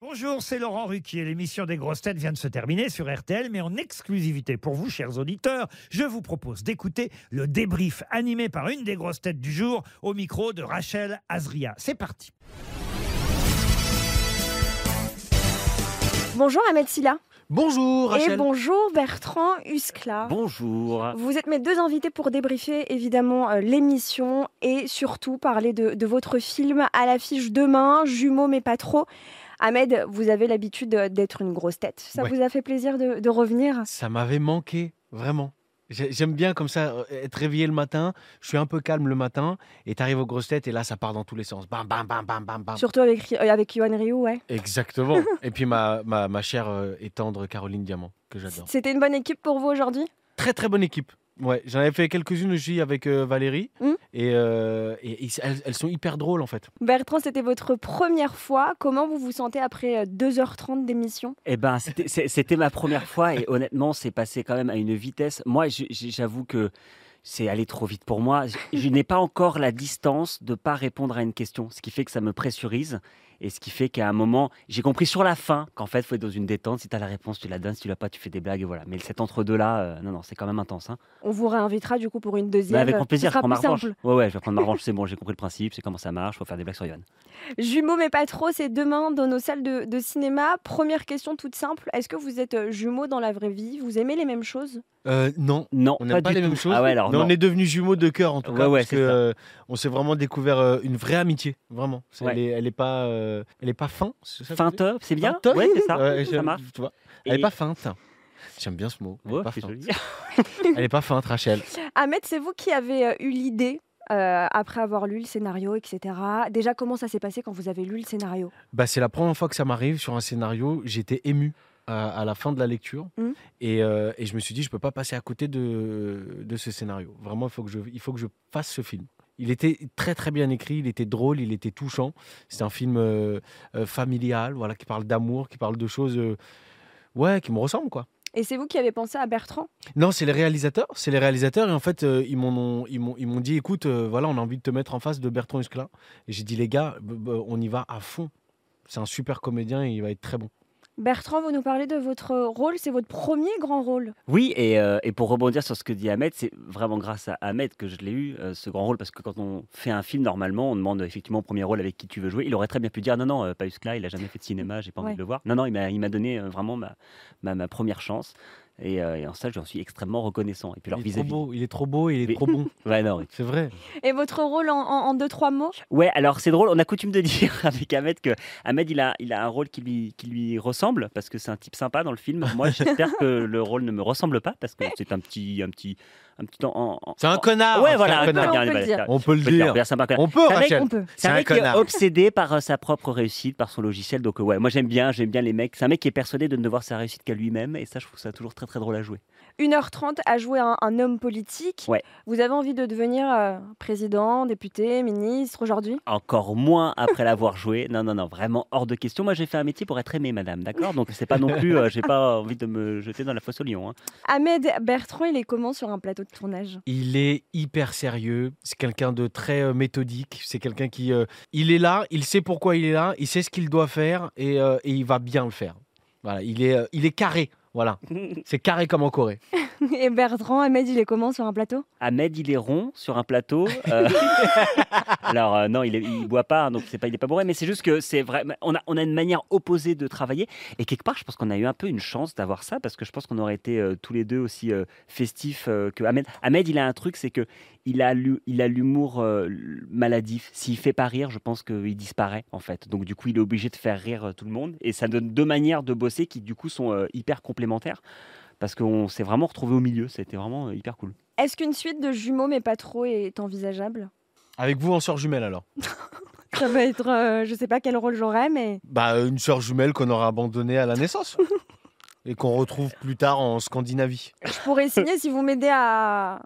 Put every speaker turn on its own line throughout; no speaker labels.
Bonjour, c'est Laurent Ruquier. L'émission des grosses têtes vient de se terminer sur RTL, mais en exclusivité pour vous, chers auditeurs, je vous propose d'écouter le débrief animé par une des grosses têtes du jour au micro de Rachel Azria. C'est parti.
Bonjour Ahmed Silla.
Bonjour
Et
Rachel.
bonjour Bertrand Huskla.
Bonjour.
Vous êtes mes deux invités pour débriefer évidemment euh, l'émission et surtout parler de, de votre film à l'affiche demain, Jumeaux mais pas trop. Ahmed, vous avez l'habitude euh, d'être une grosse tête. Ça
Ouais.
vous a fait plaisir de, de
Ah
revenir
Ça m'avait manqué, vraiment. J'ai- J'aime bien comme ça euh, être réveillé le matin. Je suis un peu calme le matin et t'arrives aux grosses têtes et là ça part dans tous les sens. Bam, bam, bam, bam, bam, bam.
Surtout avec, Ri- euh, avec Yohan Ryu, ouais.
Exactement. et puis ma, ma, ma chère euh, et tendre Caroline Diamant, que j'adore.
C'était une bonne équipe pour vous aujourd'hui
Très très bonne équipe. Ouais, j'en avais fait quelques-unes aussi avec euh, Valérie
Mm.
et, euh, et- et elles, elles sont hyper drôles en fait.
Bertrand, c'était votre première fois. Comment vous vous sentez après euh, 2h30 d'émission
Eh ben, c'était- c'est- c'était ma première fois et honnêtement, c'est passé quand même à une vitesse. Moi, j- j- j'avoue que c'est allé trop vite pour moi. J- Je n'ai pas encore la distance de pas répondre à une question, ce qui fait que ça me pressurise et ce qui fait qu'à un moment, j'ai compris sur la fin qu'en fait, faut être dans une détente. Si tu as la réponse, tu la donnes. Si tu l'as pas, tu fais des blagues et voilà. Mais cet entre-deux-là, euh, non, non, c'est quand même intense. Hein.
On vous réinvitera du coup pour une
Mais
deuxième.
Bah, avec grand plaisir,
Ce
je
sera
prends ma
plus
revanche.
simple.
Ouais, ouais, je vais prendre ma revanche. C'est bon, j'ai compris le principe, c'est comment ça marche. Faut faire des blagues sur Yann.
Jumeaux mais pas trop, c'est demain dans nos salles de, de cinéma. Première question toute simple, est-ce que vous êtes euh, jumeaux dans la vraie vie Vous aimez les mêmes choses
Euh, non,
Non,
On
pas,
n'a pas
du
les
tout.
mêmes choses,
Ah ouais, alors
mais
non.
on est devenus jumeaux de cœur en tout
Ouais,
cas,
ouais,
parce que
c'est ça.
euh, on s'est vraiment découvert euh, une vraie amitié, vraiment. C'est-
Ouais.
Elle, est, elle est pas, euh, elle est pas fin. c'est ça que tu
Fin
dis
top, c'est bien.
Feinte
Ouais, c'est ça.
Ouais,
ça
j'aime-
marche.
tu vois. Elle est
Et-
pas feinte. J'aime bien ce mot. Elle,
Ouais,
est, pas
c'est
feinte.
joli.
Elle est pas feinte, Rachel.
Ahmed, c'est vous qui avez euh, eu l'idée euh, après avoir lu le scénario, etc. Déjà, comment ça s'est passé quand vous avez lu le scénario
Bah, c'est la première fois que ça m'arrive sur un scénario. J'étais ému à, à la fin de la lecture
Mhm.
et, euh, et je me suis dit je peux pas passer à côté de, de ce scénario. Vraiment, il faut que je, il faut que je fasse ce film. Il était très très bien écrit, il était drôle, il était touchant. C'est un film euh, euh, familial, voilà, qui parle d'amour, qui parle de choses, euh, ouais, qui me ressemblent quoi.
Et c'est vous qui avez pensé à Bertrand
Non, c'est les réalisateurs. C'est les réalisateurs. Et en fait, euh, ils m'ont ils m'ont- ils m'ont dit écoute, euh, voilà, on a envie de te mettre en face de Bertrand Huskla. Et j'ai dit les gars, b- b- on y va à fond. C'est un super comédien et il va être très bon.
Bertrand, vous nous parlez de votre rôle, c'est votre premier grand rôle.
Oui, et, euh, et pour rebondir sur ce que dit Ahmed, c'est vraiment grâce à Ahmed que je l'ai eu, euh, ce grand rôle, parce que quand on fait un film, normalement, on demande effectivement au premier rôle avec qui tu veux jouer. Il aurait très bien pu dire non, non, euh, pas Huskla, il a jamais fait de cinéma, j'ai pas envie
Ouais.
de le voir. Non, non, il m'a il m'a donné euh, vraiment ma, ma, ma première chance, et, euh, et en ça, j'en suis extrêmement reconnaissant. Et puis, alors,
il est trop
vis-à-vis.
beau. Il est trop beau. Il est
Mais-
trop bon.
Ouais, non, oui.
C'est vrai.
Et votre rôle en, en- en deux, trois mots
Ouais, alors c'est drôle, on a coutume de dire avec Ahmed que Ahmed il a, il a un rôle qui lui, qui lui ressemble parce que c'est un type sympa dans le film. Moi j'espère que le rôle ne me ressemble pas parce que c'est un petit un petit un petit en, en-
C'est un
en-
connard.
Ouais
c'est
voilà,
un
Ah, un
connard.
connard.
connard,
On peut le
On peut le
voilà, on peut le
dire.
dire, c'est un connard.
On peut,
C'est un mec-
Rachel.
On peut.
C'est
C'est
un
un
mec qui est
connard.
obsédé par euh, sa propre réussite, par son logiciel. Donc euh, ouais, moi j'aime bien, j'aime bien les mecs. C'est un mec qui est persuadé de ne voir sa réussite qu'à lui-même et ça je trouve ça toujours très très drôle à jouer.
1h30 à jouer un, un homme politique.
Ouais.
Vous avez envie de devenir euh, président, député, ministre aujourd'hui
encore moins après l'avoir joué. Non, non, non, vraiment hors de question. Moi, j'ai fait un métier pour être aimé, madame, d'accord Donc, c'est pas non plus, euh, j'ai pas envie de me jeter dans la fosse au lion. hein.
Ahmed Bertrand, il est comment sur un plateau de tournage
Il est hyper sérieux. C'est quelqu'un de très euh, méthodique. C'est quelqu'un qui, euh, il est là, il sait pourquoi il est là, il sait ce qu'il doit faire et, euh, et il va bien le faire. Voilà, il est, euh, il est carré. Voilà,
hein.
c'est carré comme en Corée.
Et Bertrand, Ahmed, il est comment sur un plateau
Ahmed, il est rond sur un plateau. euh, Alors, euh, non, il, est- il boit pas, donc c'est pas, il est pas bourré, mais c'est juste que c'est vrai. On a, on a une manière opposée de travailler. Et quelque part, je pense qu'on a eu un peu une chance d'avoir ça, parce que je pense qu'on aurait été euh, tous les deux aussi euh, festifs euh, que Ahmed. Ahmed, il a un truc, c'est que il a lu- il a l'humour euh, maladif. S'il fait pas rire, je pense qu'il disparaît en fait. Donc du coup, il est obligé de faire rire euh, tout le monde. Et ça donne deux manières de bosser qui du coup sont euh, hyper complémentaires, parce qu'on s'est vraiment retrouvé au milieu. C'était vraiment euh, hyper cool.
Est-ce qu'une suite de jumeaux mais pas trop est envisageable
Avec vous en sœur jumelle alors
Ça va être, euh, je sais pas quel rôle j'aurai, mais
Bah euh, une sœur jumelle qu'on aura abandonnée à la naissance et qu'on retrouve plus tard en Scandinavie.
je pourrais signer si vous m'aidez à,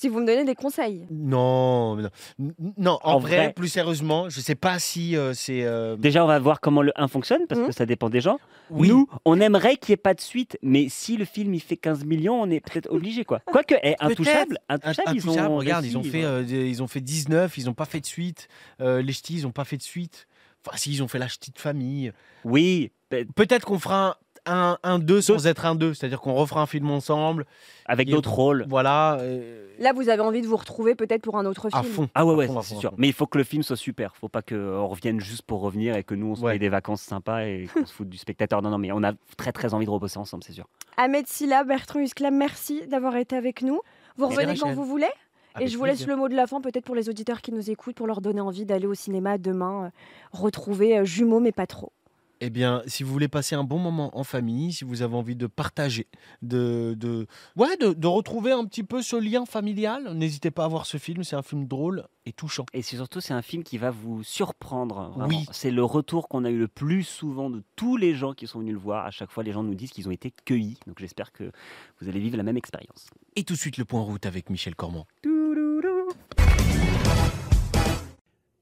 si vous me donnez des conseils.
Non, mais non, N- non. En,
En
vrai,
vrai.
plus sérieusement, je sais pas si euh, c'est. euh,
Déjà, on va voir comment le 1 fonctionne, parce
Mhm.
que ça dépend des gens.
Oui.
Nous, on aimerait qu'il n'y ait pas de suite, mais si le film il fait 15 millions, on est peut-être obligé, quoi. Quoique, eh, intouchable, intouchable, ils
Intouchables,
ont
regarde, ils ont euh,
réussi,
fait, euh, des- ils ont fait 19, ils n'ont pas fait de suite. Euh, les ch'tis, ils n'ont pas fait de suite. Enfin, s'ils ont fait la petite famille.
Oui, pe-
Peut-être qu'on fera un, un 2 sans être un 2, c'est-à-dire qu'on refera un film ensemble.
avec
Et-
d'autres rôles.
Voilà. euh,
Là, vous avez envie de vous retrouver peut-être pour un autre
à
film.
fond.
Ah ouais,
À
ouais,
fond, à
c'est
fond, à
sûr.
fond.
Mais il faut que le film soit super. Faut pas qu'on revienne juste pour revenir et que nous, on se
Ouais.
fait des vacances sympas et qu'on se foute du spectateur. Non, non, mais on a très, très envie de reposer ensemble, c'est sûr.
Ahmed Silla, Bertrand Huskla, merci d'avoir été avec nous. Vous
Merci,
revenez quand
Rachel.
vous voulez et
Avec
je vous laisse
plaisir.
le mot de la fin peut-être pour les auditeurs qui nous écoutent pour leur donner envie d'aller au cinéma demain euh, retrouver euh, Jumeaux mais pas trop.
Eh bien, si vous voulez passer un bon moment en famille, si vous avez envie de partager, de, de, ouais, de, de retrouver un petit peu ce lien familial, n'hésitez pas à voir ce film. C'est un film drôle et touchant.
Et c'est surtout, c'est un film qui va vous surprendre. vraiment.
Oui.
C'est le retour qu'on a eu le plus souvent de tous les gens qui sont venus le voir. À chaque fois, les gens nous disent qu'ils ont été cueillis. Donc j'espère que vous allez vivre la même expérience.
Et tout de suite, le point route avec Michel Cormand.